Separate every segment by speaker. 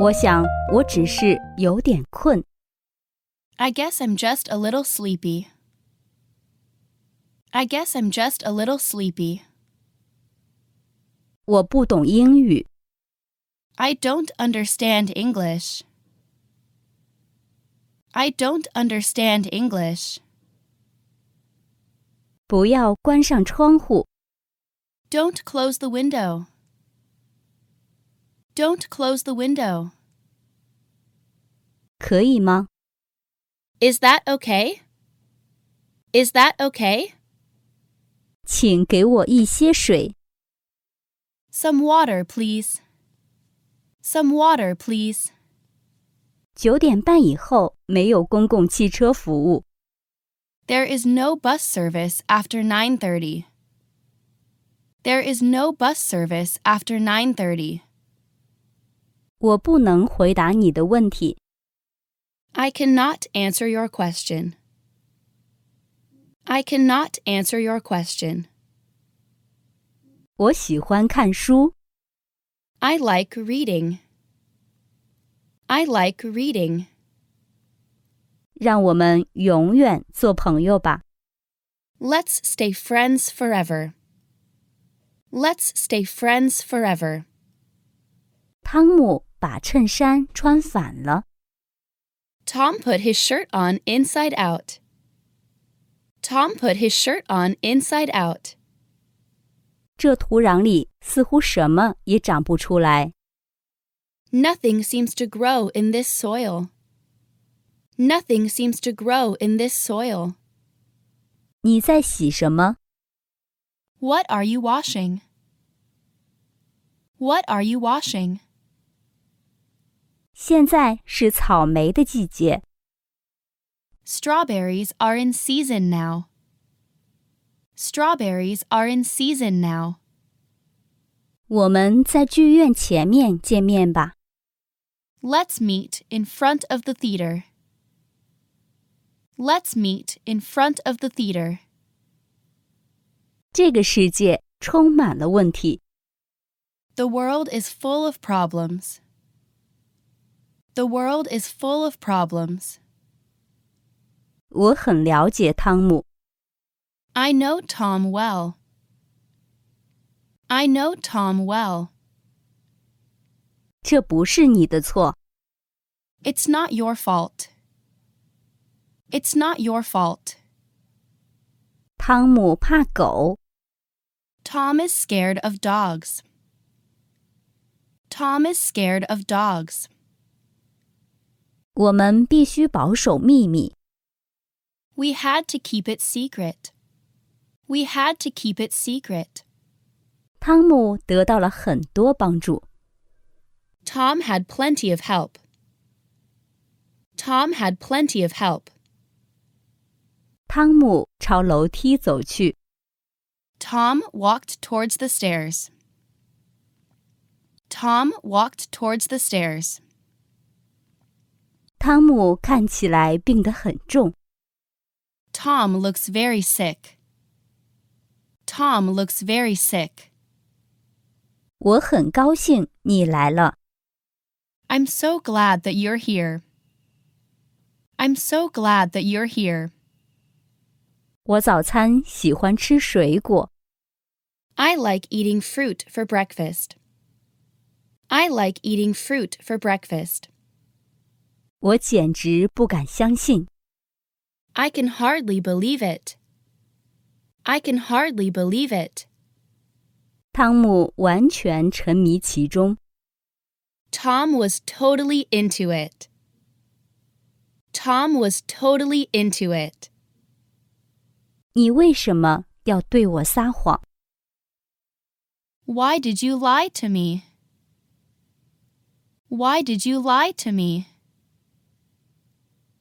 Speaker 1: 我想我只是有点困。
Speaker 2: I guess I'm just a little sleepy. I guess I'm just a little sleepy.
Speaker 1: 我不懂英语，
Speaker 2: I don't understand English. I don't understand English.
Speaker 1: 不要关上窗户。
Speaker 2: Don't close the window. Don't close the window.
Speaker 1: 可以吗？
Speaker 2: Is that okay? Is that okay?
Speaker 1: 请给我一些水。
Speaker 2: Some water, please. Some water, please.
Speaker 1: 九点半以后没有公共汽车服务。
Speaker 2: There is no bus service after 9:30. There is no bus service after 9:30.
Speaker 1: 我不能回答你的问题。
Speaker 2: I cannot answer your question. I cannot answer your question.
Speaker 1: 我喜欢看书。
Speaker 2: I like reading. I like reading.
Speaker 1: 让我们永远做朋友吧。
Speaker 2: Let's stay friends forever. Let's stay friends forever.
Speaker 1: 汤姆把衬衫穿反了。
Speaker 2: Tom put his shirt on inside out. Tom put his shirt on inside out.
Speaker 1: 这土壤里似乎什么也长不出来。
Speaker 2: Nothing seems to grow in this soil. Nothing seems to grow in this soil.
Speaker 1: 你在洗什么？
Speaker 2: What are you washing? What are you washing?
Speaker 1: 现在是草莓的季节，
Speaker 2: Strawberries are in season now. Strawberries are in season now.
Speaker 1: 我们在剧院前面见面吧。
Speaker 2: Let's meet in front of the theater. Let's meet in front of the theater.
Speaker 1: 这个世界充满了问题，
Speaker 2: The world is full of problems. The world is full of problems.
Speaker 1: 我很了解汤姆。
Speaker 2: I know Tom well. I know Tom well.
Speaker 1: 这不是你的错，
Speaker 2: It's not your fault. It's not your fault.
Speaker 1: 汤姆怕狗，
Speaker 2: Tom is scared of dogs. Tom is scared of dogs.
Speaker 1: 我们必须保守秘密。
Speaker 2: We had to keep it secret. We had to keep it secret.
Speaker 1: 汤姆得到了很多帮助。
Speaker 2: Tom had plenty of help. Tom had plenty of help.
Speaker 1: 汤姆朝楼梯走去，
Speaker 2: Tom walked towards the stairs. Tom walked towards the stairs.
Speaker 1: 汤姆看起来病得很重。
Speaker 2: Tom looks very sick. Tom looks very sick.
Speaker 1: 我很高兴你来了。
Speaker 2: I'm so glad that you're here. I'm so glad that you're here.
Speaker 1: 我早餐喜欢吃水果，
Speaker 2: I like eating fruit for breakfast. I like eating fruit for breakfast.
Speaker 1: 我简直不敢相信。
Speaker 2: I can hardly believe it. I can hardly believe it.
Speaker 1: 汤姆完全沉迷其中。
Speaker 2: Tom was totally into it. Tom was totally into it.
Speaker 1: 你为什么要对我撒谎？
Speaker 2: Why did you lie to me? Why did you lie to me?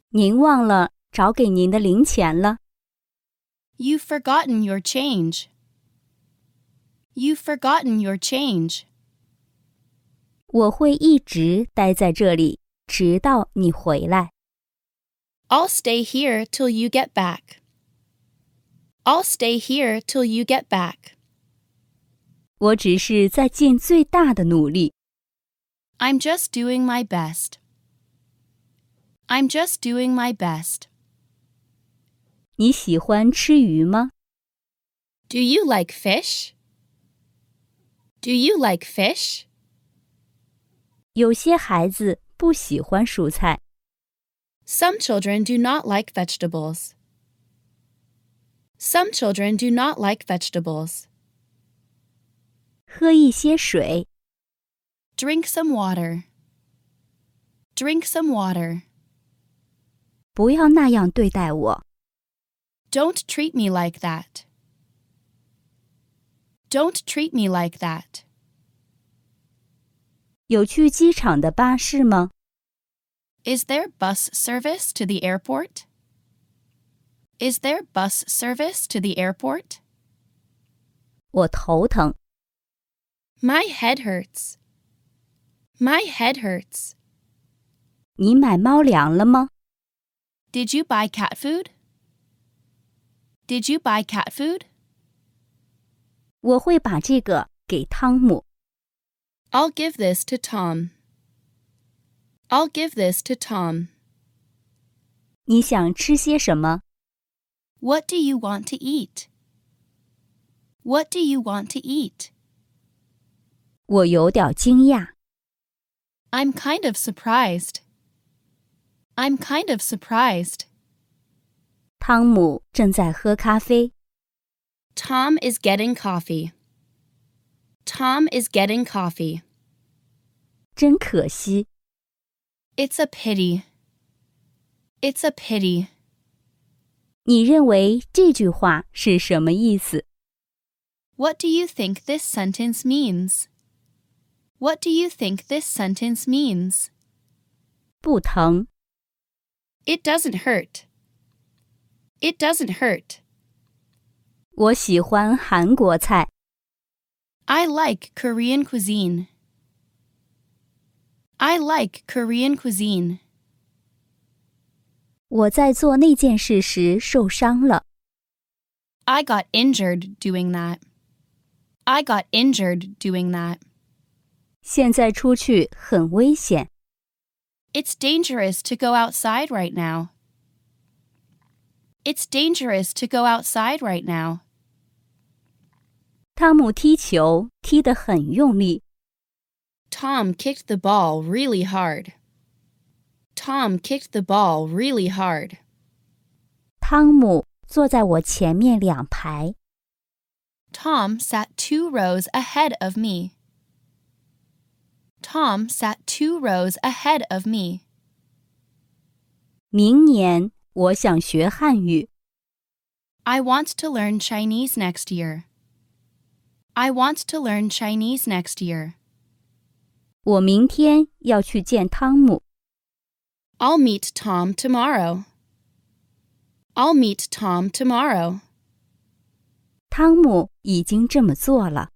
Speaker 1: 您忘了找给您的零钱了？
Speaker 2: You've forgotten your change. You've forgotten your change.
Speaker 1: 我会一直待在这里，直到你回来。
Speaker 2: I'll stay here till you get back. I'll stay here till you get back.
Speaker 1: 我只是在尽最大的努力。
Speaker 2: I'm just doing my best. I'm just doing my best.
Speaker 3: 你喜欢吃鱼吗？
Speaker 2: Do you like fish? Do you like fish?
Speaker 3: 有些孩子不喜欢蔬菜，
Speaker 2: Some children do not like vegetables. Some children do not like vegetables.
Speaker 3: 喝一些水。
Speaker 2: Drink some water. Drink some water.
Speaker 3: 不要那样对待我。
Speaker 2: Don't treat me like that. Don't treat me like that.
Speaker 3: 有去机场的巴士吗？
Speaker 2: Is there bus service to the airport? Is there bus service to the airport?
Speaker 3: 我头疼。
Speaker 2: My head hurts. My head hurts.
Speaker 3: 你买猫粮了吗？
Speaker 2: Did you buy cat food? Did you buy cat food?
Speaker 3: 我会把这个给汤姆。
Speaker 2: I'll give this to Tom. I'll give this to Tom.
Speaker 3: 你想吃些什么？
Speaker 2: What do you want to eat? What do you want to eat?
Speaker 3: 我有点惊讶。
Speaker 2: I'm kind of surprised. I'm kind of surprised.
Speaker 3: 汤姆正在喝咖啡。
Speaker 2: Tom is getting coffee. Tom is getting coffee.
Speaker 3: 真可惜，
Speaker 2: It's a pity. It's a pity.
Speaker 3: 你认为这句话是什么意思？
Speaker 2: What do you think this sentence means? What do you think this sentence means?
Speaker 3: 不疼。
Speaker 2: It doesn't hurt. It doesn't hurt.
Speaker 3: 我喜欢韩国菜。
Speaker 2: I like Korean cuisine. I like Korean cuisine.
Speaker 3: 我在做那件事时受伤了。
Speaker 2: I got injured doing that. I got injured doing that.
Speaker 3: 现在出去很危险。
Speaker 2: It's dangerous to go outside right now. It's dangerous to go outside right now.
Speaker 3: 汤姆踢球踢得很用力。
Speaker 2: Tom kicked the ball really hard. Tom kicked the ball really hard.
Speaker 3: 汤姆坐在我前面两排。
Speaker 2: Tom sat two rows ahead of me. Tom sat two rows ahead of me.
Speaker 3: 明年我想学汉语。
Speaker 2: I want to learn Chinese next year. I want to learn Chinese next year.
Speaker 3: 我明天要去见汤姆。
Speaker 2: I'll meet Tom tomorrow. I'll meet Tom tomorrow.
Speaker 3: 汤姆已经这么做了。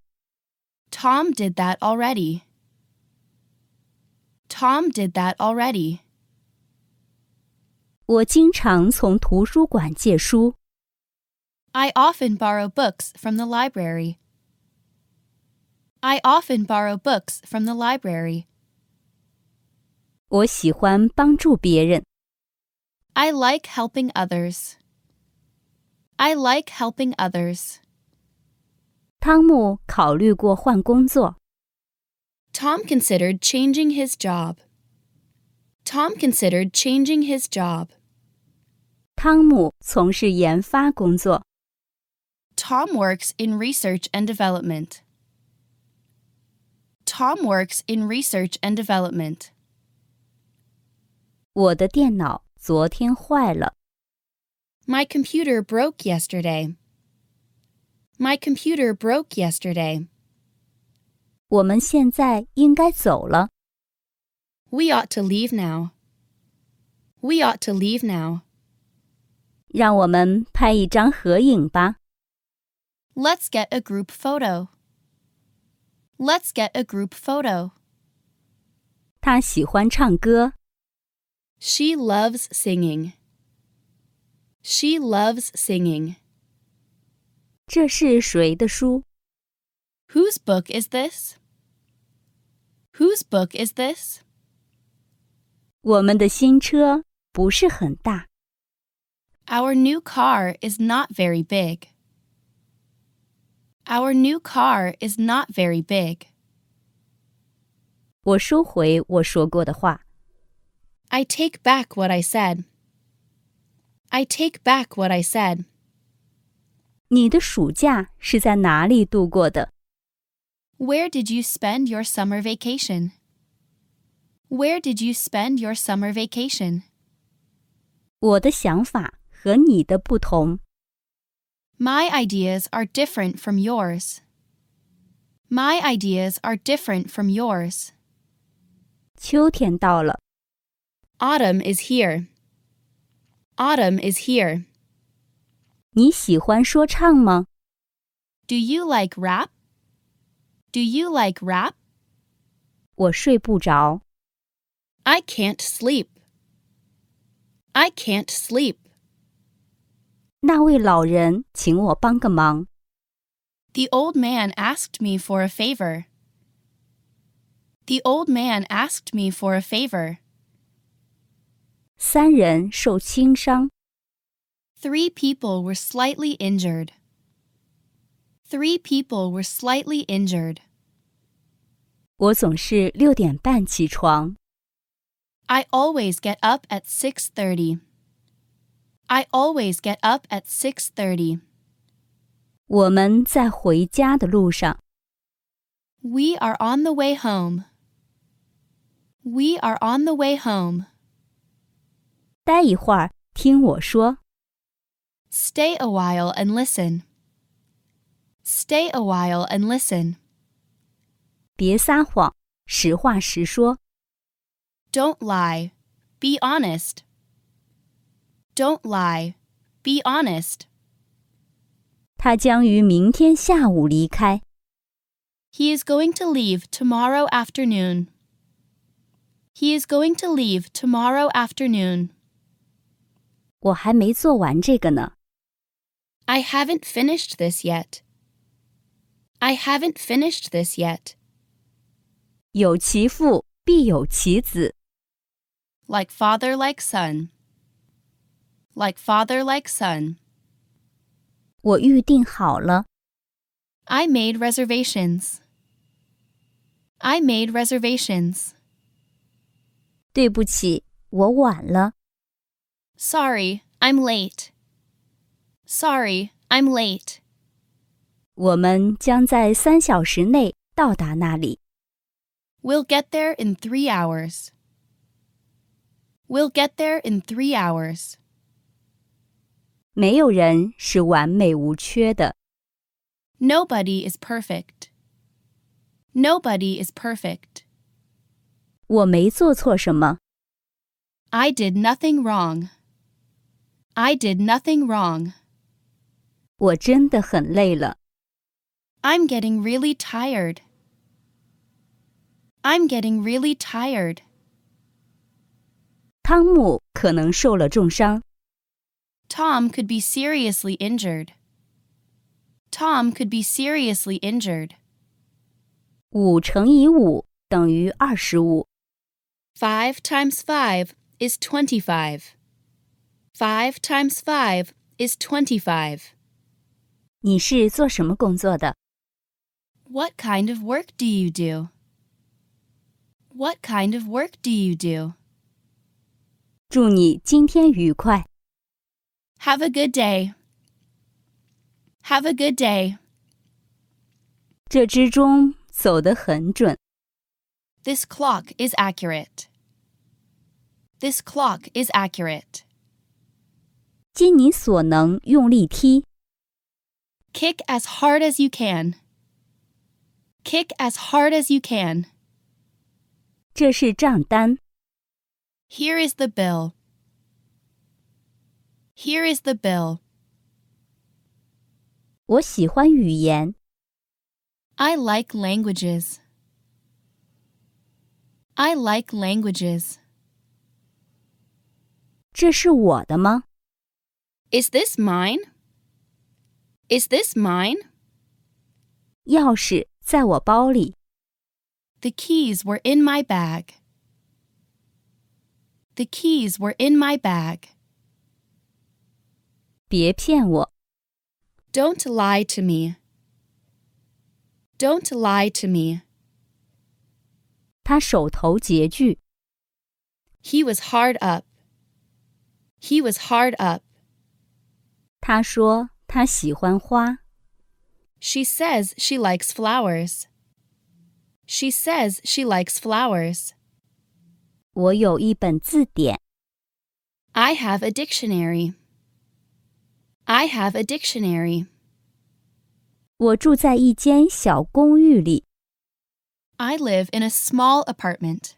Speaker 2: Tom did that already. Tom did that already.
Speaker 3: 我经常从图书馆借书。
Speaker 2: I often borrow books from the library. I often borrow books from the library.
Speaker 3: 我喜欢帮助别人。
Speaker 2: I like helping others. I like helping others.
Speaker 3: 汤姆考虑过换工作。
Speaker 2: Tom considered changing his job. Tom considered changing his job.
Speaker 3: 汤姆从事研发工作。
Speaker 2: Tom works in research and development. Tom works in research and development.
Speaker 3: 我的电脑昨天坏了，
Speaker 2: My computer broke yesterday. My computer broke yesterday.
Speaker 3: 我们现在应该走了。
Speaker 2: We ought to leave now. We ought to leave now.
Speaker 3: 让我们拍一张合影吧。
Speaker 2: Let's get a group photo. Let's get a group photo.
Speaker 3: 他喜欢唱歌。
Speaker 2: She loves singing. She loves singing.
Speaker 3: 这是谁的书？
Speaker 2: Whose book is this? Whose book is this?
Speaker 4: 我们的新车不是很大，
Speaker 2: Our new car is not very big. Our new car is not very big.
Speaker 4: 我收回我说过的话。
Speaker 2: I take back what I said. I take back what I said.
Speaker 4: 你的暑假是在哪里度过的？
Speaker 2: Where did you spend your summer vacation? Where did you spend your summer vacation?
Speaker 4: 我的想法和你的不同。
Speaker 2: My ideas are different from yours. My ideas are different from yours.
Speaker 4: 秋天到了，
Speaker 2: Autumn is here. Autumn is here.
Speaker 4: 你喜欢说唱吗？
Speaker 2: Do you like rap? Do you like rap?
Speaker 4: 我睡不着，
Speaker 2: I can't sleep. I can't sleep.
Speaker 4: 那位老人请我帮个忙，
Speaker 2: The old man asked me for a favor. The old man asked me for a favor.
Speaker 4: 三人受轻伤，
Speaker 2: Three people were slightly injured. Three people were slightly injured.
Speaker 4: 我总是六点半起床。
Speaker 2: I always get up at 6:30. I always get up at 6:30.
Speaker 4: 我们在回家的路上，
Speaker 2: We are on the way home. We are on the way home.
Speaker 4: 待一会儿听我说。
Speaker 2: Stay a while and listen. Stay a while and listen.
Speaker 4: 别撒谎，实话实说。
Speaker 2: Don't lie. Be honest. Don't lie. Be honest.
Speaker 4: 他将于明天下午离开。
Speaker 2: He is going to leave tomorrow afternoon. He is going to leave tomorrow afternoon.
Speaker 4: 我还没做完这个呢。
Speaker 2: I haven't finished this yet. I haven't finished this yet.
Speaker 4: 有其父必有其子。
Speaker 2: Like father, like son. Like father, like son.
Speaker 4: 我预定好了，
Speaker 2: I made reservations. I made reservations.
Speaker 4: 对不起，我晚了。
Speaker 2: Sorry, I'm late. Sorry, I'm late.
Speaker 4: 我们将在三小时内到达那里。
Speaker 2: We'll get there in three hours. We'll get there in three hours.
Speaker 4: 没有人是完美无缺的。
Speaker 2: Nobody is perfect. Nobody is perfect.
Speaker 4: 我没做错什么，
Speaker 2: I did nothing wrong. I did nothing wrong.
Speaker 4: 我真的很累了。
Speaker 2: I'm getting really tired. I'm getting really tired.
Speaker 4: 汤姆可能受了重伤，
Speaker 2: Tom could be seriously injured. Tom could be seriously injured.
Speaker 4: 五乘以五等于二十五，
Speaker 2: 5 times 5 is 25. 5 times 5 is 25.
Speaker 4: 你是做什么工作的？
Speaker 2: What kind of work do you do? What kind of work do you do?
Speaker 4: 祝你今天愉快。
Speaker 2: Have a good day. Have a good day.
Speaker 4: 这之中走得很准，
Speaker 2: This clock is accurate. This clock is accurate.
Speaker 4: 尽你所能用力踢。
Speaker 2: Kick as hard as you can. Kick as hard as you can.
Speaker 4: 这是账单，
Speaker 2: Here is the bill. Here is the bill.
Speaker 4: 我喜欢语言，
Speaker 2: I like languages. I like languages.
Speaker 4: 这是我的吗？
Speaker 2: Is this mine? Is this mine?
Speaker 4: 钥匙在我包里，
Speaker 2: The keys were in my bag. The keys were in my bag.
Speaker 5: 别骗我，
Speaker 2: Don't lie to me. Don't lie to me.
Speaker 5: 他手头拮据，
Speaker 2: He was hard up. He was hard up.
Speaker 5: 他说他喜欢花，
Speaker 2: She says she likes flowers. She says she likes flowers.
Speaker 5: 我有一本字典，
Speaker 2: I have a dictionary. I have a dictionary.
Speaker 5: 我住在一间小公寓里，
Speaker 2: I live in a small apartment.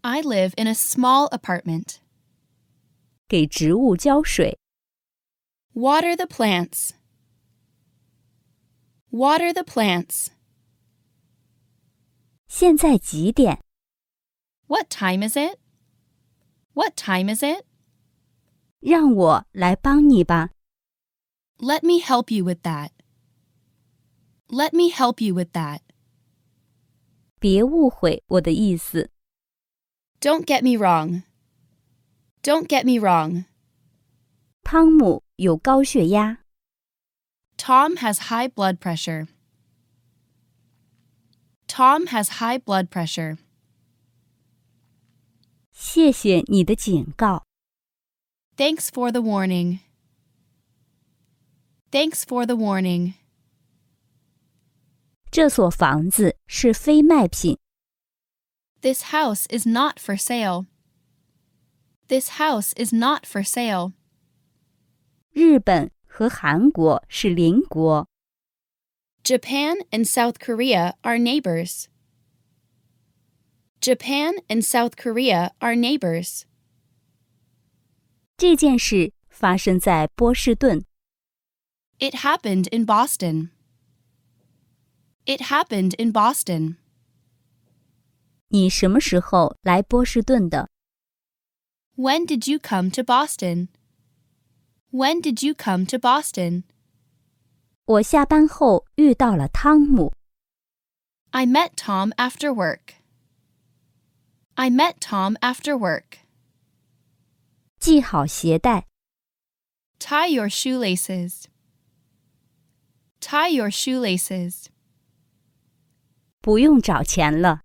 Speaker 2: I live in a small apartment.
Speaker 5: 给植物浇水。
Speaker 2: Water the plants. Water the plants.
Speaker 5: 现在几点？
Speaker 2: What time is it? What time is it?
Speaker 5: 让我来帮你吧。
Speaker 2: Let me help you with that. Let me help you with that.
Speaker 5: 别误会我的意思，
Speaker 2: Don't get me wrong. Don't get me wrong.
Speaker 5: 汤姆有高血压，
Speaker 2: Tom has high blood pressure. Tom has high blood pressure.
Speaker 5: 谢谢你的警告。
Speaker 2: Thanks for the warning. Thanks for the warning.
Speaker 5: 这所房子是非卖品，
Speaker 2: This house is not for sale. This house is not for sale.
Speaker 5: 日本和韩国是邻国。
Speaker 2: Japan and South Korea are neighbors. Japan and South Korea are neighbors.
Speaker 5: 这件事发生在波士顿。
Speaker 2: It happened in Boston. It happened in Boston.
Speaker 5: 你什么时候来波士顿的？
Speaker 2: When did you come to Boston? When did you come to Boston?
Speaker 5: 我下班后遇到了汤姆，
Speaker 2: I met Tom after work. I met Tom after work.
Speaker 5: 系好鞋带。
Speaker 2: Tie your shoelaces. Tie your shoelaces.
Speaker 5: 不用找钱了。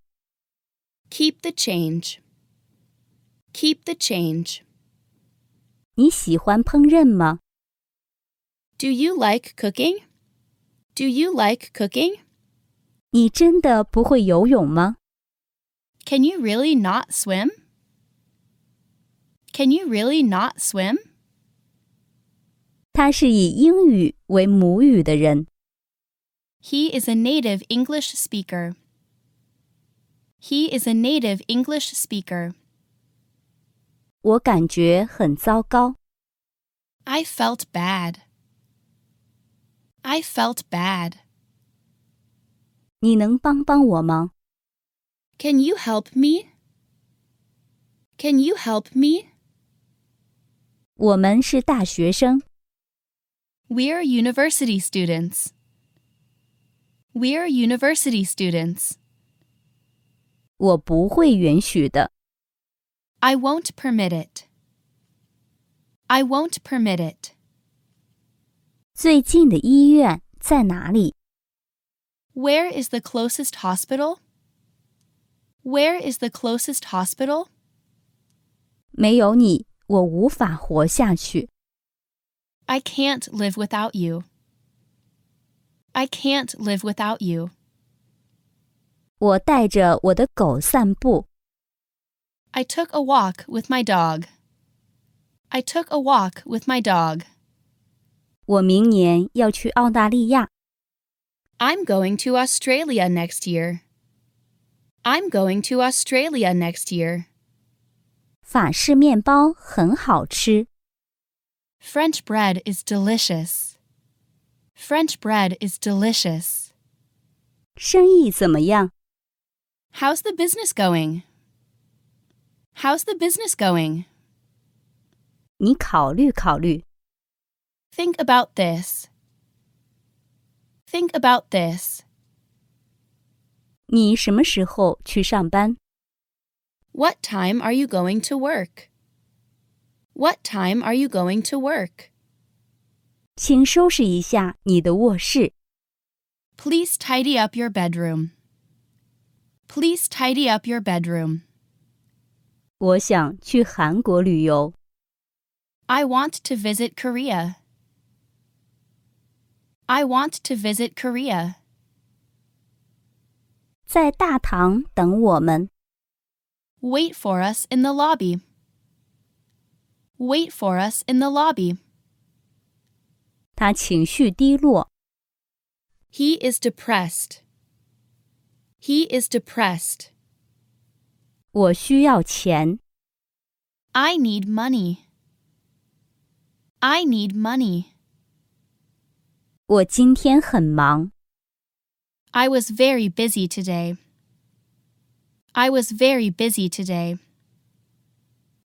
Speaker 2: Keep the change. Keep the change.
Speaker 5: 你喜欢烹饪吗？
Speaker 2: Do you like cooking? Do you like cooking?
Speaker 5: 你真的不会游泳吗？
Speaker 2: Can you really not swim? Can you really not swim?
Speaker 5: 他是以英语为母语的人。
Speaker 2: He is a native English speaker. He is a native English speaker.
Speaker 5: 我感觉很糟糕。
Speaker 2: I felt bad. I felt bad.
Speaker 5: 你能帮帮我吗？
Speaker 2: Can you help me? Can you help me?
Speaker 5: 我们是大学生，
Speaker 2: We're university students. We're university students.
Speaker 5: 我不会允许的。
Speaker 2: I won't permit it. I won't permit it.
Speaker 5: 最近的医院在哪里？
Speaker 2: Where is the closest hospital? Where is the closest hospital?
Speaker 5: 没有你，我无法活下去。
Speaker 2: I can't live without you. I can't live without you.
Speaker 5: 我带着我的狗散步，
Speaker 2: I took a walk with my dog. I took a walk with my dog.
Speaker 5: 我明年要去澳大利亚，
Speaker 2: I'm going to Australia next year. I'm going to Australia next year.
Speaker 5: 法式面包很好吃。
Speaker 2: French bread is delicious. French bread is delicious.
Speaker 5: 生意怎么样？
Speaker 2: How's the business going? How's the business going?
Speaker 5: 你考虑考虑。
Speaker 2: Think about this. Think about this.
Speaker 6: 你什么时候去上班？
Speaker 2: What time are you going to work? What time are you going to work?
Speaker 6: 请收拾一下你的卧室。
Speaker 2: Please tidy up your bedroom. Please tidy up your bedroom.
Speaker 6: 我想去韩国旅游。
Speaker 2: I want to visit Korea. I want to visit Korea.
Speaker 6: 在大堂等我们。
Speaker 2: Wait for us in the lobby. Wait for us in the lobby.
Speaker 6: 他情绪低落。
Speaker 2: He is depressed. He is depressed.
Speaker 6: 我需要钱。
Speaker 2: I need money. I need money.
Speaker 6: 我今天很忙。
Speaker 2: I was very busy today. I was very busy today.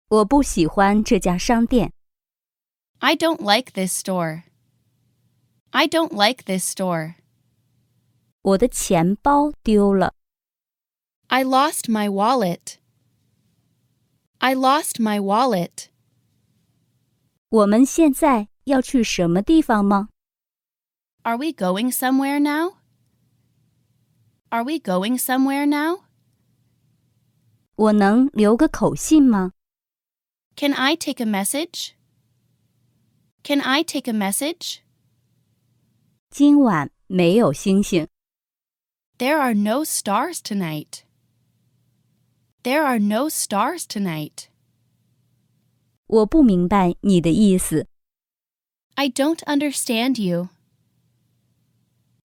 Speaker 6: 我不喜欢这家商店。
Speaker 2: I don't like this store. I don't like this store.
Speaker 6: 我的钱包丢了。
Speaker 2: I lost my wallet. I lost my wallet.
Speaker 6: 我们现在要去什么地方吗？
Speaker 2: Are we going somewhere now? Are we going somewhere now?
Speaker 6: 我能留个口信吗？
Speaker 2: Can I take a message? Can I take a message?
Speaker 6: 今晚没有星星。
Speaker 2: There are no stars tonight. There are no stars tonight.
Speaker 6: 我不明白你的意思。
Speaker 2: I don't understand you.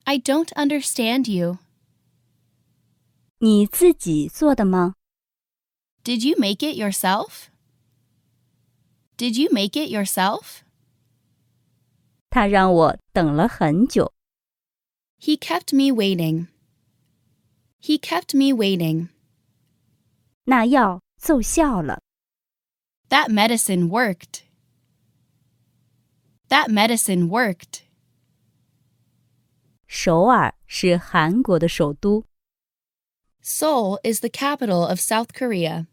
Speaker 2: I don't understand you.
Speaker 6: 你自己做的吗？
Speaker 2: Did you make it yourself? Did you make it yourself?
Speaker 6: 他让我等了很久。
Speaker 2: He kept me waiting. He kept me waiting.
Speaker 6: 那药奏效了。
Speaker 2: That medicine worked. That medicine worked.
Speaker 6: 首尔是韩国的首都。
Speaker 2: Seoul is the capital of South Korea.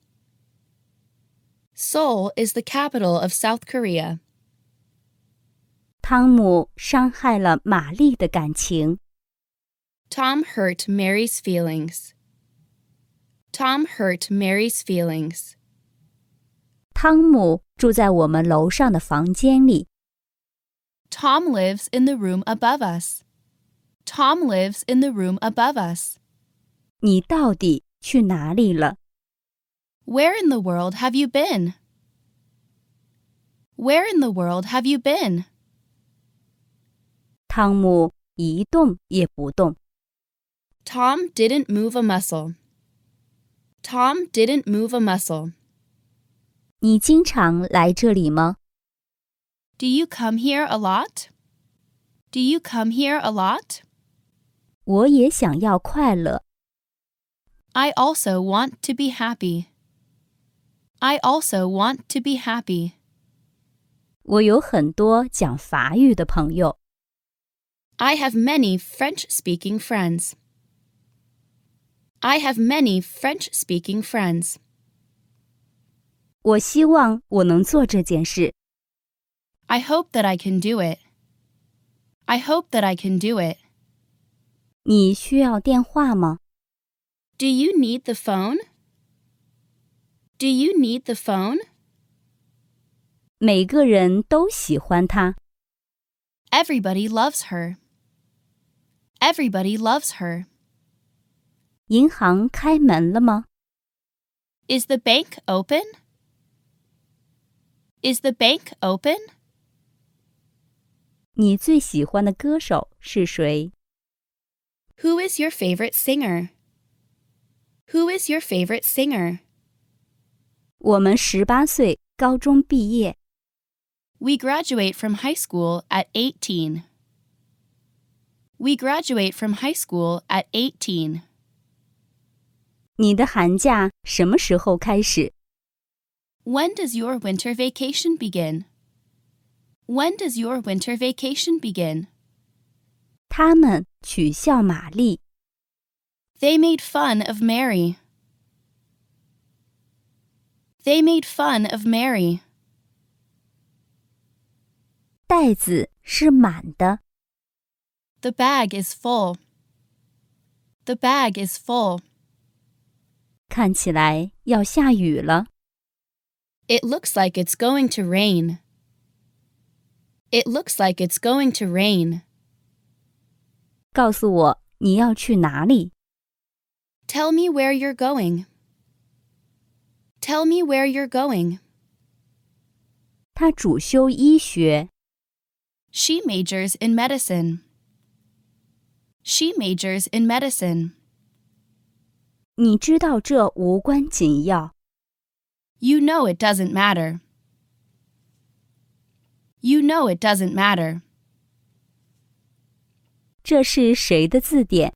Speaker 2: Seoul is the capital of South Korea.
Speaker 6: 汤姆伤害了玛丽的感情。
Speaker 2: Tom hurt Mary's feelings. Tom hurt Mary's feelings.
Speaker 6: 汤姆住在我们楼上的房间里。
Speaker 2: Tom lives in the room above us. Tom lives in the room above us.
Speaker 6: 你到底去哪里了？
Speaker 2: Where in the world have you been? Where in the world have you been?
Speaker 6: 汤姆一动也不动。
Speaker 2: Tom didn't move a muscle. Tom didn't move a muscle.
Speaker 6: 你经常来这里吗？
Speaker 2: Do you come here a lot? Do you come here a lot?
Speaker 6: 我也想要快乐。
Speaker 2: I also want to be happy. I also want to be happy.
Speaker 6: 我有很多讲法语的朋友。
Speaker 2: I have many French speaking friends. I have many French speaking friends.
Speaker 6: 我希望我能做这件事。
Speaker 2: I hope that I can do it. I hope that I can do it.
Speaker 6: 你需要电话吗？
Speaker 2: Do you need the phone? Do you need the phone?
Speaker 6: 每个人都喜欢他。
Speaker 2: Everybody loves her. Everybody loves her.
Speaker 6: 银行开门了吗？
Speaker 2: Is the bank open? Is the bank open?
Speaker 6: 你最喜欢的歌手是谁？
Speaker 2: Who is your favorite singer? Who is your favorite singer?
Speaker 6: 我们十八岁，高中毕业。
Speaker 2: We graduate from high school at 18. We graduate from high school at 18.
Speaker 6: 你的寒假什么时候开始？
Speaker 2: When does your winter vacation begin? When does your winter vacation begin?
Speaker 6: 他们取笑玛丽。
Speaker 7: They made fun of Mary. They made fun of Mary.
Speaker 2: 袋子是满的，
Speaker 7: The bag is full. The bag is full.
Speaker 2: 看起来要下雨了。
Speaker 7: It looks like it's going to rain. It looks like it's going to rain.
Speaker 2: 告诉我你要去哪里？
Speaker 7: Tell me where you're going. Tell me where you're going.
Speaker 2: 他主修医学，
Speaker 7: She majors in medicine. She majors in medicine.
Speaker 2: 你知道这无关紧要。
Speaker 7: You know it doesn't matter. You know it doesn't matter.
Speaker 2: 这是谁的字典？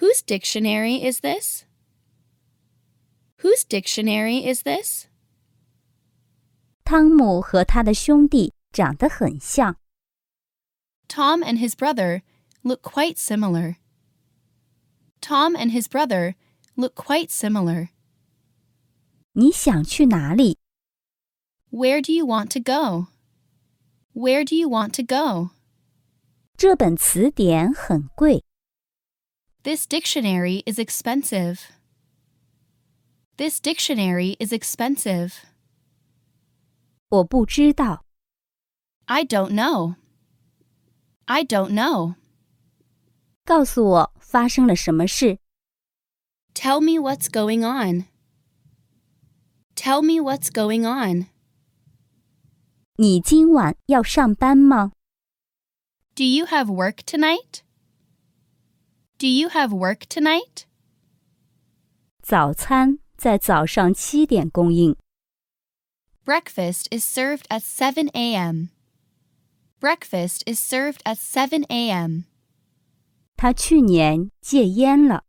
Speaker 7: Whose dictionary is this? Whose dictionary is this?
Speaker 2: 汤姆和他的兄弟长得很像，
Speaker 7: Tom and his brother look quite similar. Tom and his brother look quite similar.
Speaker 2: 你想去哪里？
Speaker 7: Where do you want to go? Where do you want to go?
Speaker 2: 这本词典很贵，
Speaker 7: This dictionary is expensive. This dictionary is expensive.
Speaker 2: 我不知道。
Speaker 7: I don't know. I don't know.
Speaker 2: 告诉我发生了什么事？
Speaker 7: Tell me what's going on. Tell me what's going on.
Speaker 2: 你今晚要上班吗？
Speaker 7: Do you have work tonight? Do you have work tonight?
Speaker 2: 早餐在早上七点供应。
Speaker 7: Breakfast is served at 7 a.m. Breakfast is served at 7 a.m.
Speaker 2: 他去年戒烟了。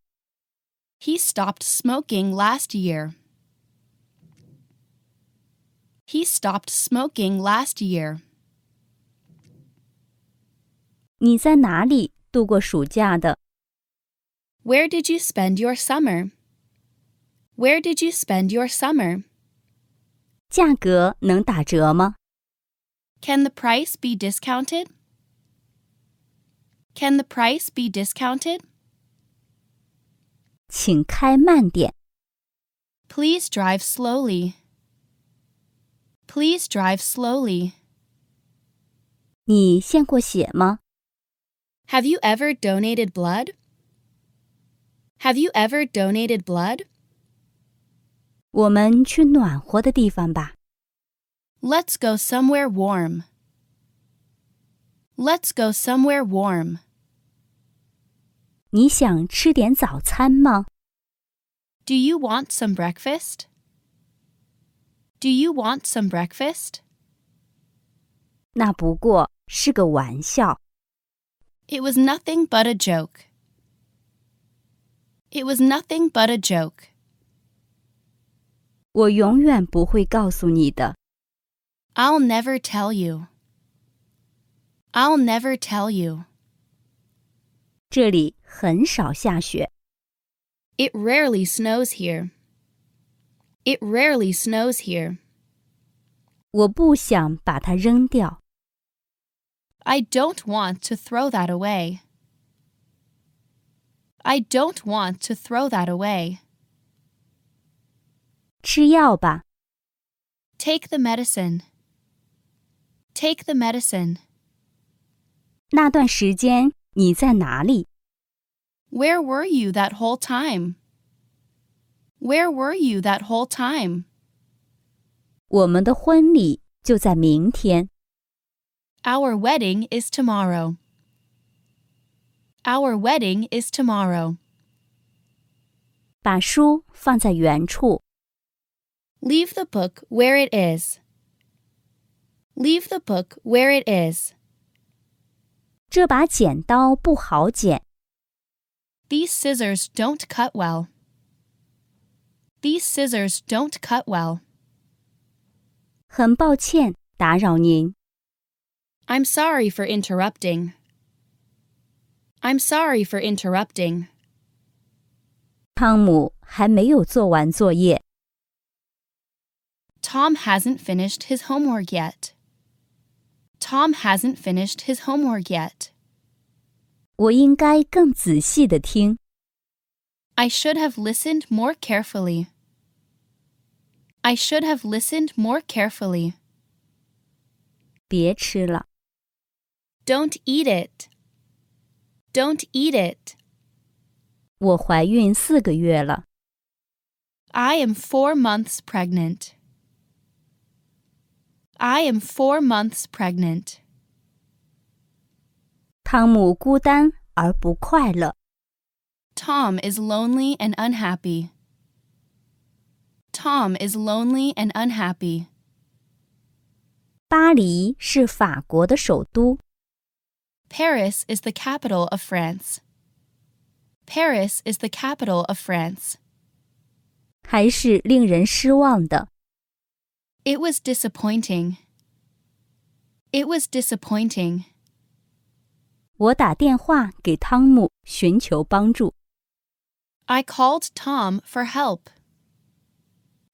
Speaker 7: He stopped smoking last year. He stopped smoking last year.
Speaker 2: 你在哪里度过暑假的？
Speaker 7: Where did you spend your summer? Where did you spend your summer?
Speaker 2: 价格能打折吗？
Speaker 7: Can the price be discounted? Can the price be discounted?
Speaker 2: 请开慢点。
Speaker 7: Please drive slowly. Please drive slowly.
Speaker 2: 你献过血吗？
Speaker 7: Have you ever donated blood? Have you ever donated blood?
Speaker 2: 我们去暖和的地方吧。
Speaker 7: Let's go somewhere warm. Let's go somewhere warm.
Speaker 2: 你想吃点早餐吗？
Speaker 7: Do you want some breakfast? Do you want some breakfast?
Speaker 2: 那不过是个玩笑。
Speaker 7: It was nothing but a joke. It was nothing but a joke.
Speaker 2: 我永远不会告诉你的。
Speaker 7: I'll never tell you. I'll never tell you.
Speaker 2: 这里很少下雪。
Speaker 7: It rarely snows here. It rarely snows here.
Speaker 2: 我不想把它扔掉。
Speaker 7: I don't want to throw that away. I don't want to throw that away.
Speaker 2: 吃药吧，
Speaker 7: Take the medicine. Take the medicine.
Speaker 2: 那段时间你在哪里？
Speaker 7: Where were you that whole time? Where were you that whole time?
Speaker 2: 我们的婚礼就在明天。
Speaker 7: Our wedding is tomorrow. Our wedding is tomorrow.
Speaker 2: 把书放在原处，
Speaker 7: Leave the book where it is. Leave the book where it is.
Speaker 2: 这把剪刀不好剪。
Speaker 7: These scissors don't cut well. These scissors don't cut well.
Speaker 2: 很抱歉打扰您，
Speaker 7: I'm sorry for interrupting. I'm sorry for interrupting.
Speaker 2: 汤姆还没有做完作业。
Speaker 7: Tom hasn't finished his homework yet. Tom hasn't finished his homework yet.
Speaker 2: 我应该更仔细的听。
Speaker 7: I should have listened more carefully. I should have listened more carefully.
Speaker 2: 别吃了，
Speaker 7: Don't eat it. Don't eat it.
Speaker 2: 我怀孕四个月了。
Speaker 7: I am four months pregnant. I am four months pregnant.
Speaker 2: 汤姆孤单而不快乐。
Speaker 7: Tom is lonely and unhappy. Tom is lonely and unhappy.
Speaker 2: 巴黎是法国的首都，
Speaker 7: Paris is the capital of France. Paris is the capital of France.
Speaker 2: 还是令人失望的。
Speaker 7: It was disappointing. It was disappointing.
Speaker 2: 我打电话给汤姆寻求帮助。
Speaker 7: I called Tom for help.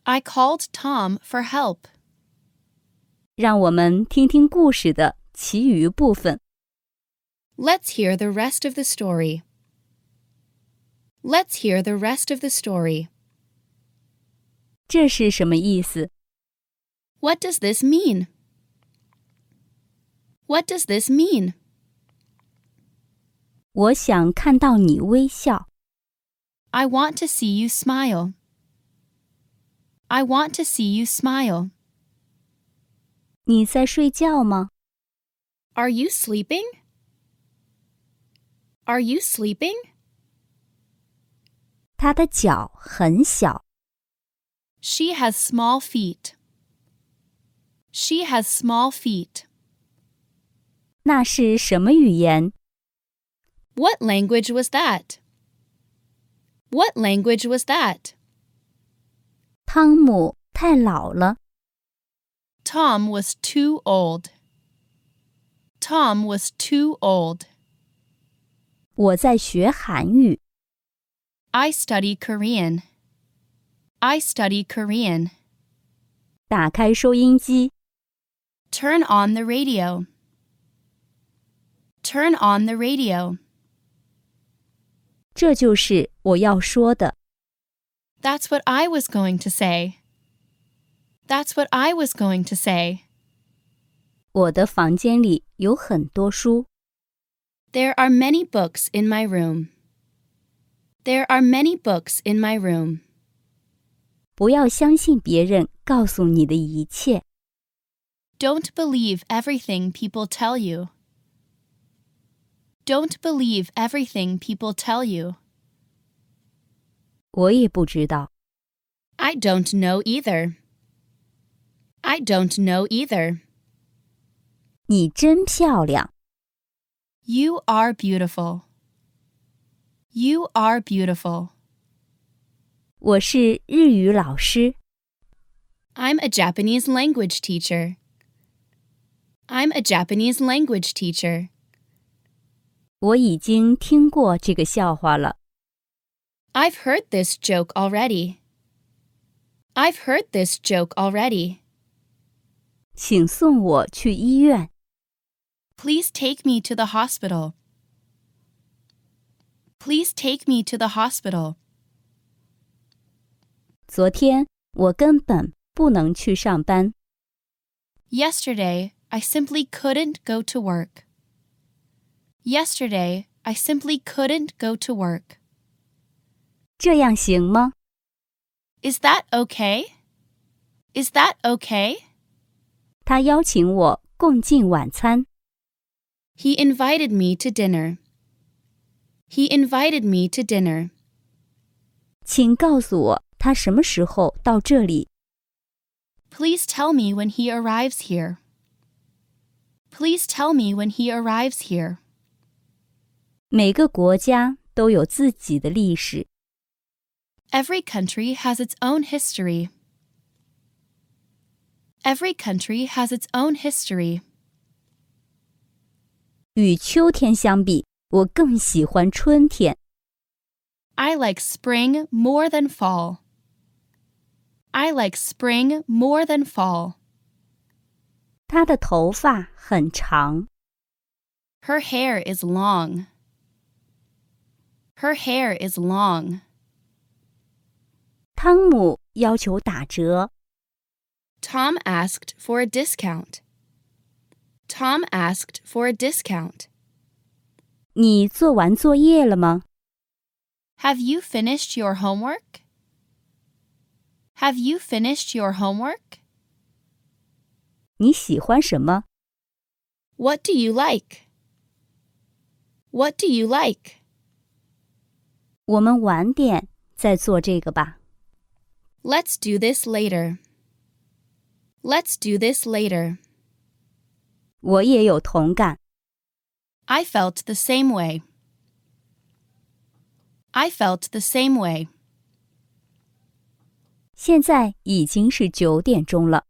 Speaker 7: I called Tom for help.
Speaker 2: 让我们听听故事的其余部分。
Speaker 7: Let's hear the rest of the story. Let's hear the rest of the story.
Speaker 2: 这是什么意思？
Speaker 7: What does this mean? What does this mean?
Speaker 2: 我想看到你微笑。
Speaker 7: I want to see you smile. I want to see you smile.
Speaker 2: 你在睡觉吗？
Speaker 7: Are you sleeping? Are you sleeping?
Speaker 2: 他的脚很小。
Speaker 7: She has small feet. She has small feet.
Speaker 2: 那是什么语言？
Speaker 7: What language was that? What language was that?
Speaker 2: 汤姆太老了。
Speaker 7: Tom was too old. Tom was too old.
Speaker 2: 我在学韩语。
Speaker 7: I study Korean. I study Korean.
Speaker 2: 打开收音机，
Speaker 7: Turn on the radio. Turn on the radio.
Speaker 2: 这就是我要说的。
Speaker 7: That's what I was going to say. That's what I was going to say.
Speaker 2: 我的房间里有很多书，
Speaker 7: There are many books in my room. There are many books in my room.
Speaker 2: 不要相信别人告诉你的一切。
Speaker 7: Don't believe everything people tell you. Don't believe everything people tell you.
Speaker 2: 我也不知道，
Speaker 7: I don't know either. I don't know either.
Speaker 2: 你真漂亮。
Speaker 7: You are beautiful. You are beautiful.
Speaker 2: 我是日语老师，
Speaker 7: I'm a Japanese language teacher. I'm a Japanese language teacher.
Speaker 2: 我已经听过这个笑话了。
Speaker 7: I've heard this joke already. I've heard this joke already.
Speaker 2: 请送我去医院。
Speaker 7: Please take me to the hospital. Please take me to the hospital.
Speaker 2: 昨天我根本不能去上班，
Speaker 7: Yesterday, I simply couldn't go to work. Yesterday, I simply couldn't go to work.
Speaker 2: 这样行吗？
Speaker 7: Is that okay? Is that okay?
Speaker 2: 他邀请我共进晚餐，
Speaker 7: He invited me to dinner. He invited me to dinner.
Speaker 2: 请告诉我他什么时候到这里。
Speaker 7: Please tell me when he arrives here. Please tell me when he arrives here.
Speaker 2: 每个国家都有自己的历史，
Speaker 7: Every country has its own history. Every country has its own history.
Speaker 2: 与秋天相比，我更喜欢春天。
Speaker 7: I like spring more than fall. I like spring more than fall.
Speaker 2: 她的头发很长，
Speaker 7: Her hair is long. Her hair is long.
Speaker 2: 汤姆要求打折，
Speaker 7: Tom asked for a discount. Tom asked for a discount.
Speaker 2: 你做完作业了吗？
Speaker 7: Have you finished your homework? Have you finished your homework?
Speaker 2: 你喜欢什么？
Speaker 7: What do you like? What do you like?
Speaker 2: 我们晚点再做这个吧。
Speaker 7: Let's do this later. Let's do this later.
Speaker 2: 我也有同感。
Speaker 7: I felt the same way. I felt the same way.
Speaker 2: 现在已经是九点钟了，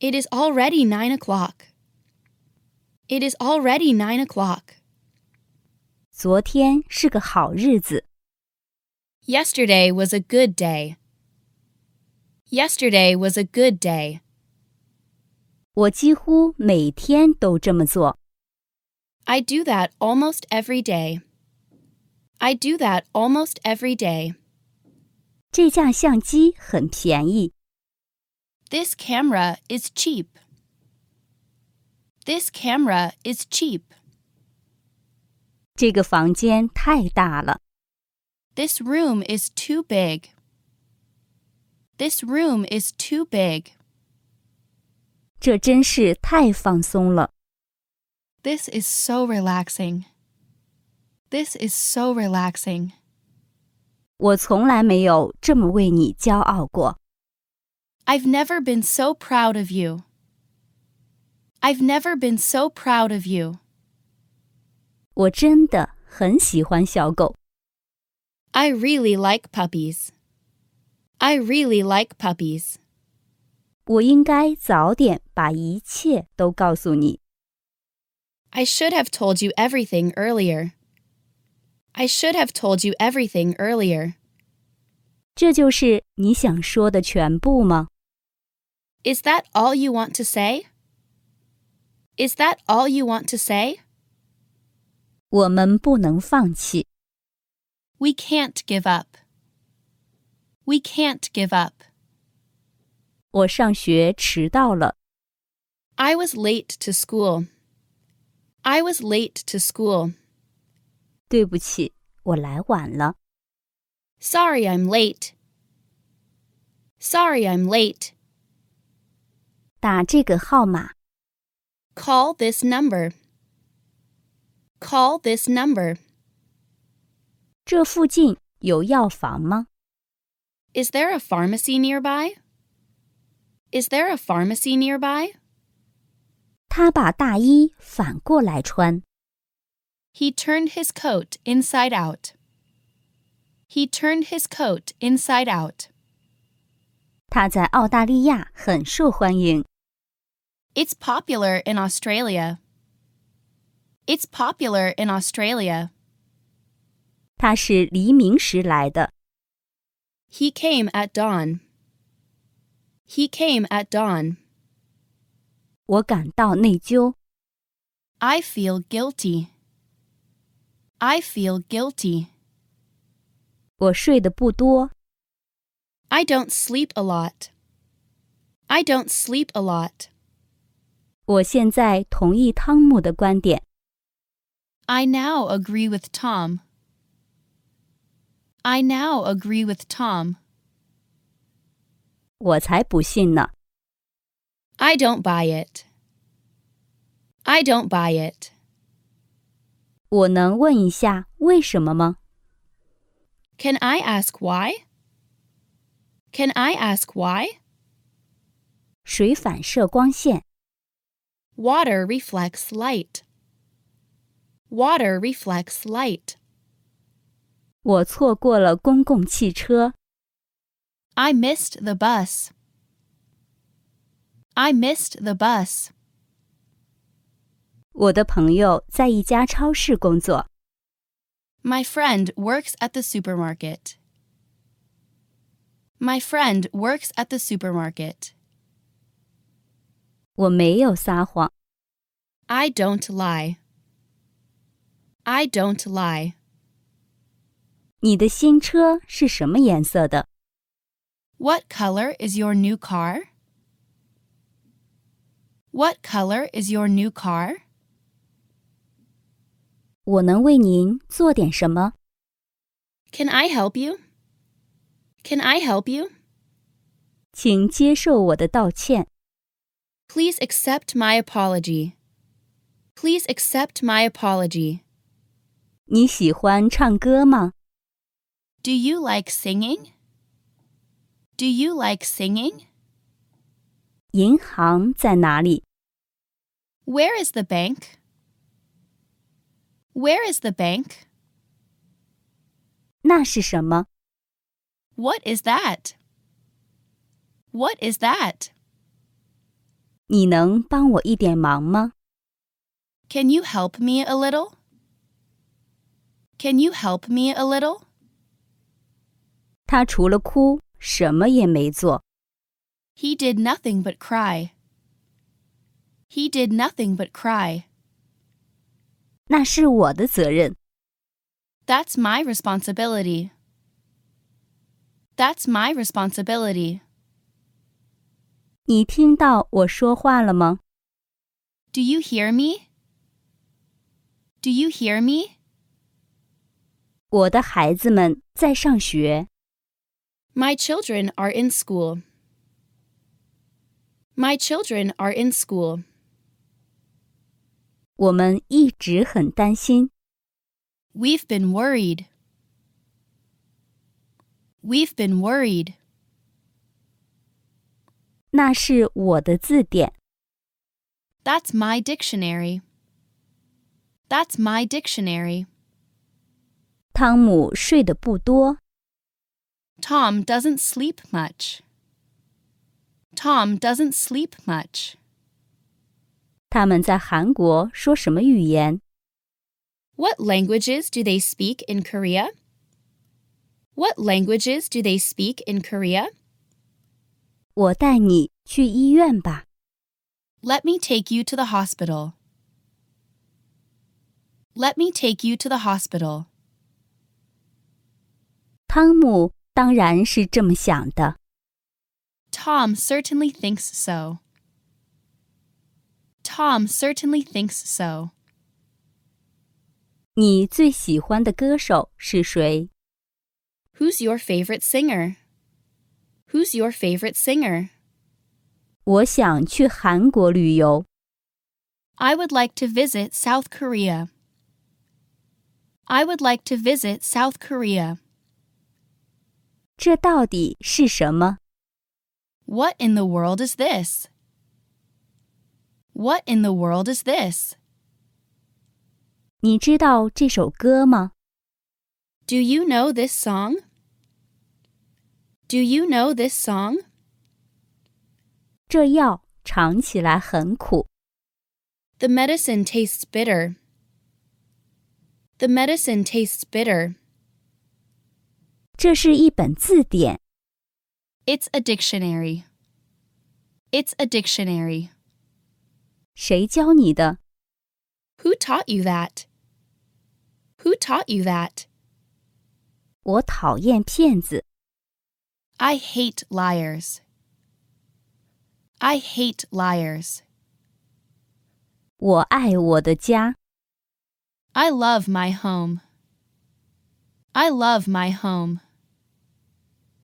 Speaker 7: It is already nine o'clock. It is already nine o'clock.
Speaker 2: 昨天是个好日子，
Speaker 7: Yesterday was a good day. Yesterday was a good day.
Speaker 2: 我几乎每天都这么做。
Speaker 7: I do that almost every day. I do that almost every day.
Speaker 2: 这架相机很便宜，
Speaker 7: This camera is cheap. This camera is cheap.
Speaker 2: 这个房间太大了，
Speaker 7: This room is too big. This room is too big.
Speaker 2: 这真是太放松了。
Speaker 7: This is so relaxing. This is so relaxing.
Speaker 2: 我从来没有这么为你骄傲过。
Speaker 7: I've never been so proud of you. I've never been so proud of you.
Speaker 2: 我真的很喜欢小狗，
Speaker 7: I really like puppies. I really like puppies.
Speaker 2: 我应该早点把一切都告诉你。
Speaker 7: I should have told you everything earlier. I should have told you everything earlier.
Speaker 2: 这就是你想说的全部吗？
Speaker 7: Is that all you want to say? Is that all you want to say?
Speaker 2: 我们不能放弃。
Speaker 7: We can't give up. We can't give up.
Speaker 2: 我上学迟到了，
Speaker 7: I was late to school. I was late to school.
Speaker 2: 对不起，我来晚了。
Speaker 7: Sorry I'm late. Sorry I'm late.
Speaker 2: 打这个号码，
Speaker 7: Call this number. Call this number.
Speaker 2: 这附近有药房吗？
Speaker 7: Is there a pharmacy nearby? Is there a pharmacy nearby?
Speaker 2: 他把大衣反过来穿。
Speaker 7: He turned his coat inside out. He turned his coat inside out.
Speaker 2: 他在澳大利亚很受欢迎。
Speaker 7: It's popular in Australia. It's popular in Australia.
Speaker 2: 他是黎明时来的，
Speaker 7: He came at dawn. He came at dawn.
Speaker 2: 我感到内疚。
Speaker 7: I feel guilty. I feel guilty.
Speaker 2: 我睡得不多，
Speaker 7: I don't sleep a lot. I don't sleep a lot.
Speaker 2: 我现在同意汤姆的观点。
Speaker 7: I now agree with Tom. I now agree with Tom.
Speaker 2: 我才不信呢！
Speaker 7: I don't buy it. I don't buy it.
Speaker 2: 我能问一下为什么吗？
Speaker 7: Can I ask why? Can I ask why?
Speaker 2: 水反射光线，
Speaker 7: Water reflects light. Water reflects light.
Speaker 2: 我错过了公共汽车。
Speaker 7: I missed the bus. I missed the bus.
Speaker 2: 我的朋友在一家超市工作，
Speaker 7: My friend works at the supermarket. My friend works at the supermarket.
Speaker 2: 我没有撒谎，
Speaker 7: I don't lie. I don't lie.
Speaker 2: 你的新车是什么颜色的？
Speaker 7: What color is your new car? What color is your new car?
Speaker 2: 我能为您做点什么？
Speaker 7: Can I help you? Can I help you?
Speaker 2: 请接受我的道歉。
Speaker 7: Please accept my apology. Please accept my apology.
Speaker 2: 你喜欢唱歌吗？
Speaker 7: Do you like singing? Do you like singing?
Speaker 2: 银行在哪里？
Speaker 7: Where is the bank? Where is the bank?
Speaker 2: 那是什么？
Speaker 7: What is that? What is that?
Speaker 2: 你能帮我一点忙吗？
Speaker 7: Can you help me a little? Can you help me a little?
Speaker 2: 他除了哭什么也没做。
Speaker 7: He did nothing but cry. He did nothing but cry.
Speaker 2: 那是我的责任。
Speaker 7: That's my responsibility. That's my responsibility.
Speaker 2: 你听到我说话了吗？
Speaker 7: Do you hear me? Do you hear me?
Speaker 2: 我的孩子们在上学，
Speaker 7: My children are in school. My children are in school.
Speaker 2: 我们一直很担心。
Speaker 7: We've been worried. We've been worried.
Speaker 2: 那是我的字典。
Speaker 7: That's my dictionary. That's my dictionary.
Speaker 2: 汤姆睡得不多，
Speaker 7: Tom doesn't sleep much. Tom doesn't sleep much.
Speaker 2: 他们在韩国说什么语言？
Speaker 7: What languages do they speak in Korea? What languages do they speak in Korea?
Speaker 2: 我带你去医院吧。
Speaker 7: Let me take you to the hospital. Let me take you to the hospital.
Speaker 2: 汤姆当然是这么想的。
Speaker 7: Tom certainly thinks so. Tom certainly thinks so.
Speaker 2: 你最喜欢的歌手是谁？
Speaker 7: Who's your favorite singer? Who's your favorite singer?
Speaker 2: 我想去韩国旅游。
Speaker 7: I would like to visit South Korea. I would like to visit South Korea.
Speaker 2: 这到底是什么？
Speaker 7: What in the world is this? What in the world is this?
Speaker 2: 你知道这首歌吗？
Speaker 7: Do you know this song? Do you know this song?
Speaker 2: 这药尝起来很苦。
Speaker 7: The medicine tastes bitter. The medicine tastes bitter.
Speaker 2: 这是一本字典。
Speaker 7: It's a dictionary. It's a dictionary.
Speaker 2: 谁教你的？
Speaker 7: Who taught you that? Who taught you that?
Speaker 2: 我讨厌骗子。
Speaker 7: I hate liars. I hate liars.
Speaker 2: 我爱我的家。
Speaker 7: I love my home. I love my home.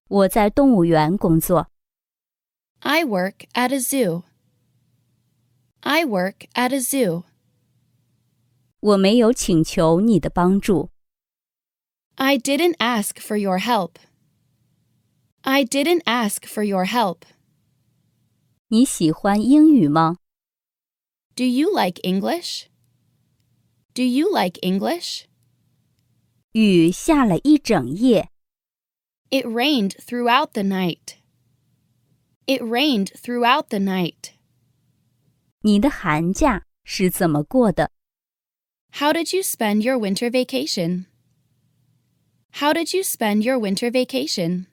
Speaker 2: 我在动物园工作。
Speaker 7: I work at a zoo. I work at a zoo.
Speaker 2: 我没有请求你的帮助。
Speaker 7: I didn't ask for your help. I didn't ask for your help.
Speaker 2: 你喜欢英语吗？
Speaker 7: Do you like English? Do you like English?
Speaker 2: 雨下了一整夜。
Speaker 7: It rained throughout the night. It rained throughout the night.
Speaker 2: 你的寒假是怎么过的？
Speaker 7: How did you spend your winter vacation? How did you spend your winter vacation?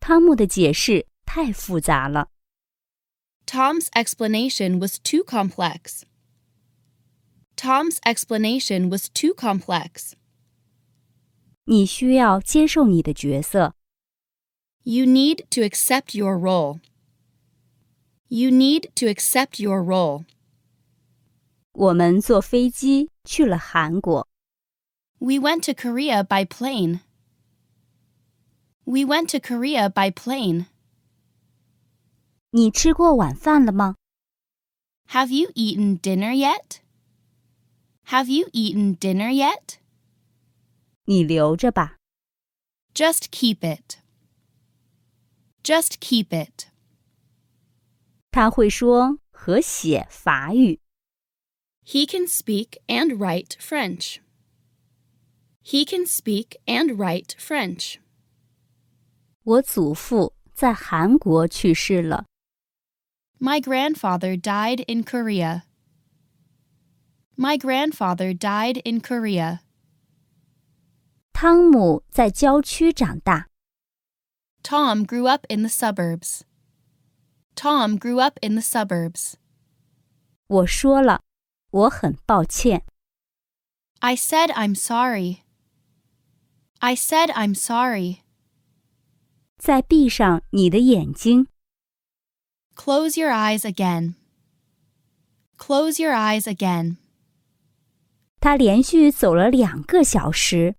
Speaker 2: 汤姆的解释太复杂了。
Speaker 7: Tom's explanation was too complex. Tom's explanation was too complex.
Speaker 2: 你需要接受你的角色，
Speaker 7: You need to accept your role. You need to accept your role.
Speaker 2: 我们坐飞机去了韩国。
Speaker 7: We went to Korea by plane. We went to Korea by plane.
Speaker 2: 你吃过晚饭了吗？
Speaker 7: Have you eaten dinner yet? Have you eaten dinner yet?
Speaker 2: 你留着吧。
Speaker 7: Just keep it. Just keep it.
Speaker 2: 他会说和写法语。
Speaker 7: He can speak and write French. He can speak and write French.
Speaker 2: 我祖父在韩国去世了，
Speaker 7: My grandfather died in Korea. My grandfather died in Korea.
Speaker 2: 汤姆在郊区长大，
Speaker 7: Tom grew up in the suburbs. Tom grew up in the suburbs.
Speaker 2: 我说了，我很抱歉。
Speaker 7: I said I'm sorry. I said I'm sorry.
Speaker 2: 再闭上你的眼睛，
Speaker 7: Close your eyes again. Close your eyes again.
Speaker 2: 他连续走了两个小时。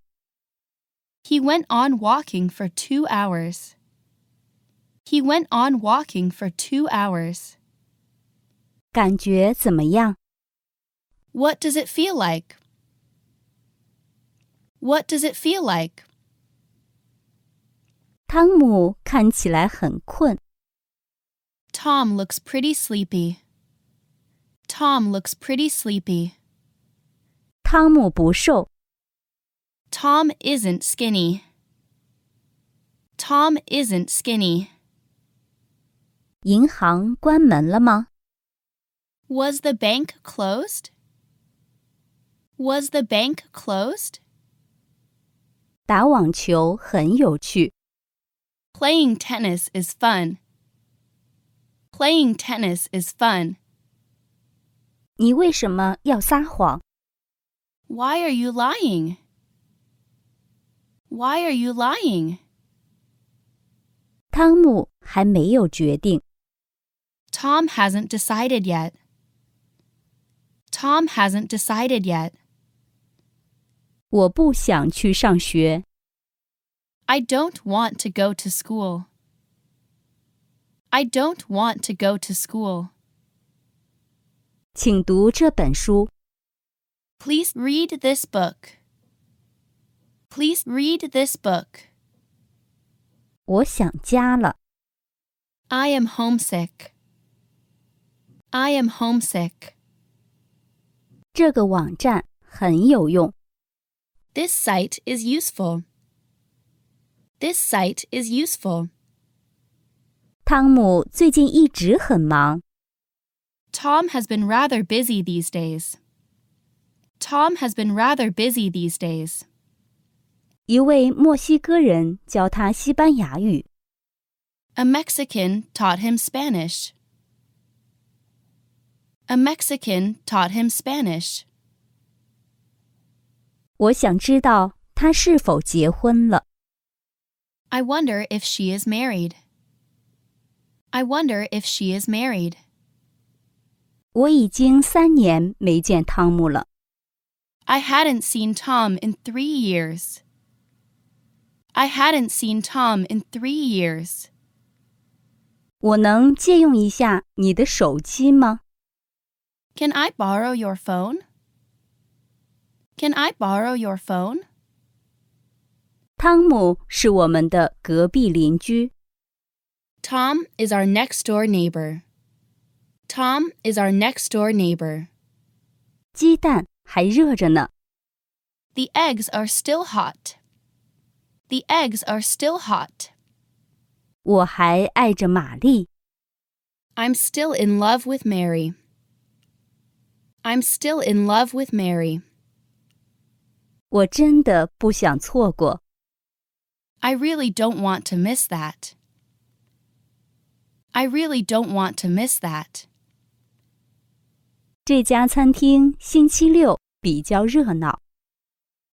Speaker 7: He went on walking for two hours. He went on walking for two hours.
Speaker 2: 感觉怎么样？
Speaker 7: What does it feel like? What does it feel like?
Speaker 2: 汤姆看起来很困，
Speaker 7: Tom looks pretty sleepy. Tom looks pretty sleepy.
Speaker 2: 汤姆不瘦，
Speaker 7: Tom isn't skinny. Tom isn't skinny.
Speaker 2: 银行关门了吗？
Speaker 7: Was the bank closed? Was the bank closed?
Speaker 2: 打网球很有趣，
Speaker 7: Playing tennis is fun. Playing tennis is fun.
Speaker 2: 你为什么要撒谎？
Speaker 7: Why are you lying? Why are you lying?
Speaker 2: 汤姆还没有决定。
Speaker 7: Tom hasn't decided yet. Tom hasn't decided yet.
Speaker 2: 我不想去上学，
Speaker 7: I don't want to go to school. I don't want to go to school.
Speaker 2: 请读这本书。
Speaker 7: Please read this book. Please read this book.
Speaker 2: 我想家了，
Speaker 7: I am homesick. I am homesick.
Speaker 2: 这个网站很有用。
Speaker 7: This site is useful. This site is useful.
Speaker 2: 汤姆最近一直很忙，
Speaker 7: Tom has been rather busy these days. Tom has been rather busy these days.
Speaker 2: 一位墨西哥人教他西班牙语。
Speaker 7: A Mexican taught him Spanish. A Mexican taught him Spanish.
Speaker 2: 我想知道他是否结婚了。
Speaker 7: I wonder if she is married. I wonder if she is married.
Speaker 2: 我已经三年没见汤姆了，
Speaker 7: I hadn't seen Tom in three years. I hadn't seen Tom in three years.
Speaker 2: 我能借用一下你的手机吗？
Speaker 7: Can I borrow your phone? Can I borrow your phone?
Speaker 2: 汤姆是我们的隔壁邻居，
Speaker 7: Tom is our next door neighbor. Tom is our next door neighbor.
Speaker 2: 鸡蛋还热着呢。
Speaker 7: The eggs are still hot. The eggs are still hot.
Speaker 2: 我还爱着玛丽，
Speaker 7: I'm still in love with Mary. I'm still in love with Mary.
Speaker 2: 我真的不想错过。
Speaker 7: I really don't want to miss that. I really don't want to miss that.
Speaker 2: 这家餐厅星期六比较热闹，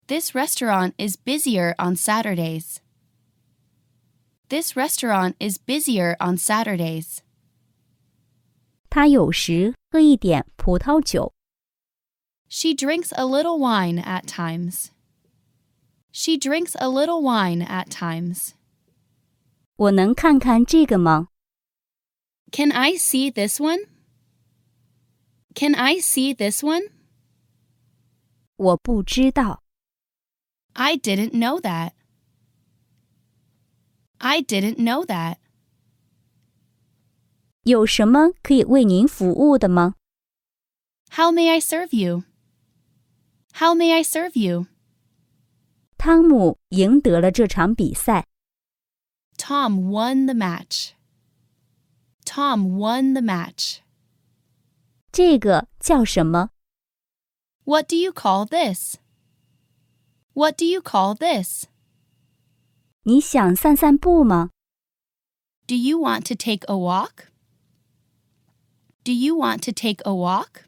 Speaker 7: This restaurant is busier on Saturdays. This restaurant is busier on Saturdays.
Speaker 2: 他有时喝一点葡萄酒。
Speaker 7: She drinks a little wine at times. She drinks a little wine at times.
Speaker 2: 我能看看这个吗？
Speaker 7: Can I see this one? Can I see this one?
Speaker 2: 我不知道，
Speaker 7: I didn't know that. I didn't know that.
Speaker 2: 有什么可以为您服务的吗？
Speaker 7: How may I serve you? How may I serve you?
Speaker 2: 汤姆赢得了这场比赛，
Speaker 7: Tom won the match. Tom won the match.
Speaker 2: 这个叫什么？
Speaker 7: What do you call this? What do you call this?
Speaker 2: 你想散散步吗？
Speaker 7: Do you want to take a walk? Do you want to take a walk?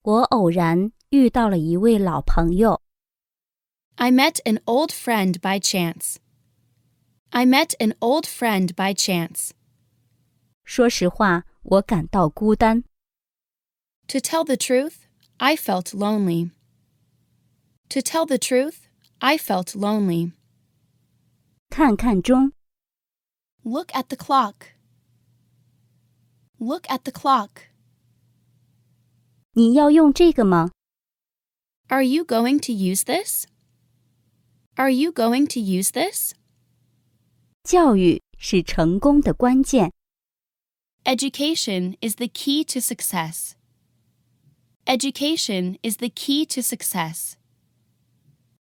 Speaker 2: 我偶然遇到了一位老朋友，
Speaker 7: I met an old friend by chance. I met an old friend by chance.
Speaker 2: 说实话，我感到孤单。
Speaker 7: To tell the truth, I felt lonely. To tell the truth, I felt lonely.
Speaker 2: 看看钟，
Speaker 7: Look at the clock. Look at the clock.
Speaker 2: 你要用这个吗？
Speaker 7: Are you going to use this? Are you going to use this?
Speaker 2: 教育是成功的关键。
Speaker 7: Education is the key to success. Education is the key to success.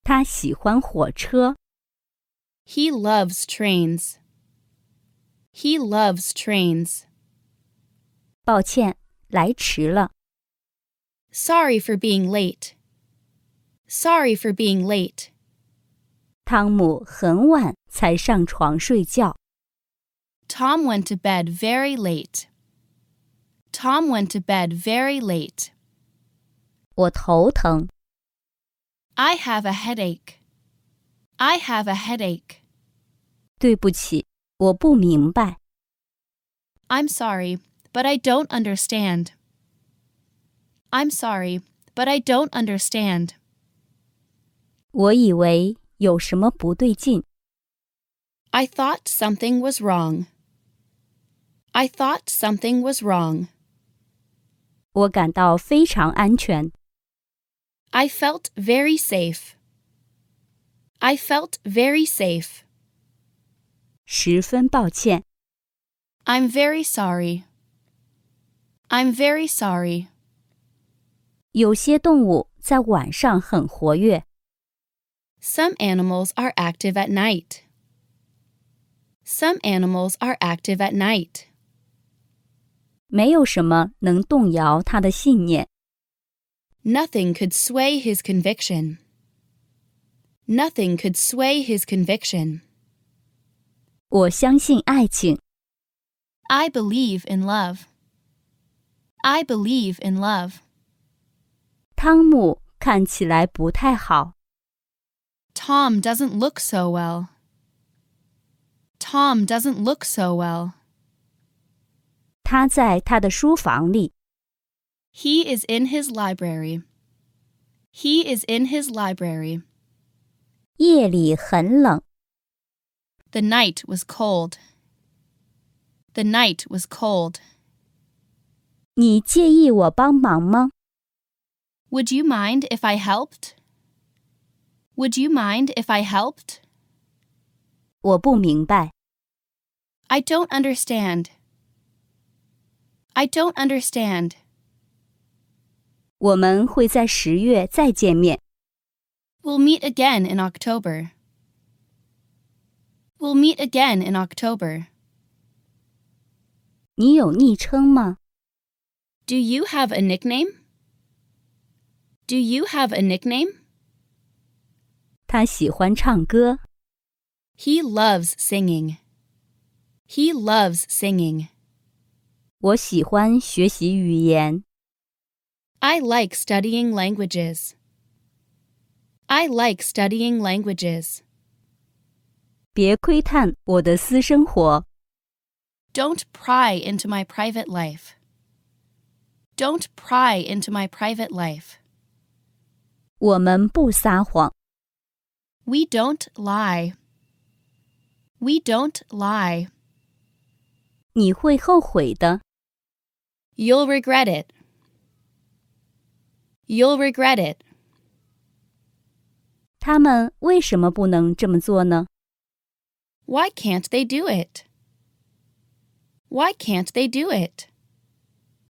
Speaker 2: 他喜欢火车，
Speaker 7: He loves trains. He loves trains.
Speaker 2: 抱歉，来迟了。
Speaker 7: Sorry for being late. Sorry for being late.
Speaker 2: 汤姆很晚才上床睡觉。
Speaker 7: Tom went to bed very late. Tom went to bed very late.
Speaker 2: 我头疼，
Speaker 7: I have a headache. I have a headache.
Speaker 2: 对不起，我不明白。
Speaker 7: I'm sorry, but I don't understand. I'm sorry, but I don't understand.
Speaker 2: 我以为有什么不对劲，
Speaker 7: I thought something was wrong. I thought something was wrong.
Speaker 2: 我感到非常安全。
Speaker 7: I felt very safe. I felt very safe.
Speaker 2: 十分抱歉，
Speaker 7: I'm very sorry. I'm very sorry.
Speaker 2: 有些动物在晚上很活跃，
Speaker 7: Some animals are active at night. Some animals are active at night.
Speaker 2: 没有什么能动摇他的信念。
Speaker 7: Nothing could sway his conviction. Nothing could sway his conviction.
Speaker 2: 我相信爱情，
Speaker 7: I believe in love. I believe in love.
Speaker 2: 汤姆看起来不太好。
Speaker 7: Tom doesn't look so well. Tom doesn't look so well.
Speaker 2: 他在他的书房里，
Speaker 7: He is in his library. He is in his library.
Speaker 2: 夜里很冷。
Speaker 7: The night was cold. The night was cold.
Speaker 2: 你介意我帮忙吗？
Speaker 7: Would you mind if I helped? Would you mind if I helped?
Speaker 2: 我不明白，
Speaker 7: I don't understand. I don't understand.
Speaker 2: 我们会在十月再见面。
Speaker 7: We'll meet again in October. We'll meet again in October.
Speaker 2: 你有昵称吗？
Speaker 7: Do you have a nickname? Do you have a nickname?
Speaker 2: 他喜欢唱歌。
Speaker 7: He loves singing. He loves singing.
Speaker 2: 我喜欢学习语言。
Speaker 7: I like studying languages. I like studying languages.
Speaker 2: 别窥探我的私生活。
Speaker 7: Don't pry into my private life. Don't pry into my private life.
Speaker 2: 我们不撒谎。
Speaker 7: We don't lie. We don't lie.
Speaker 2: 你会后悔的。
Speaker 7: You'll regret it. You'll regret it.
Speaker 2: 他们为什么不能这么做呢？
Speaker 7: Why can't they do it? Why can't they do it?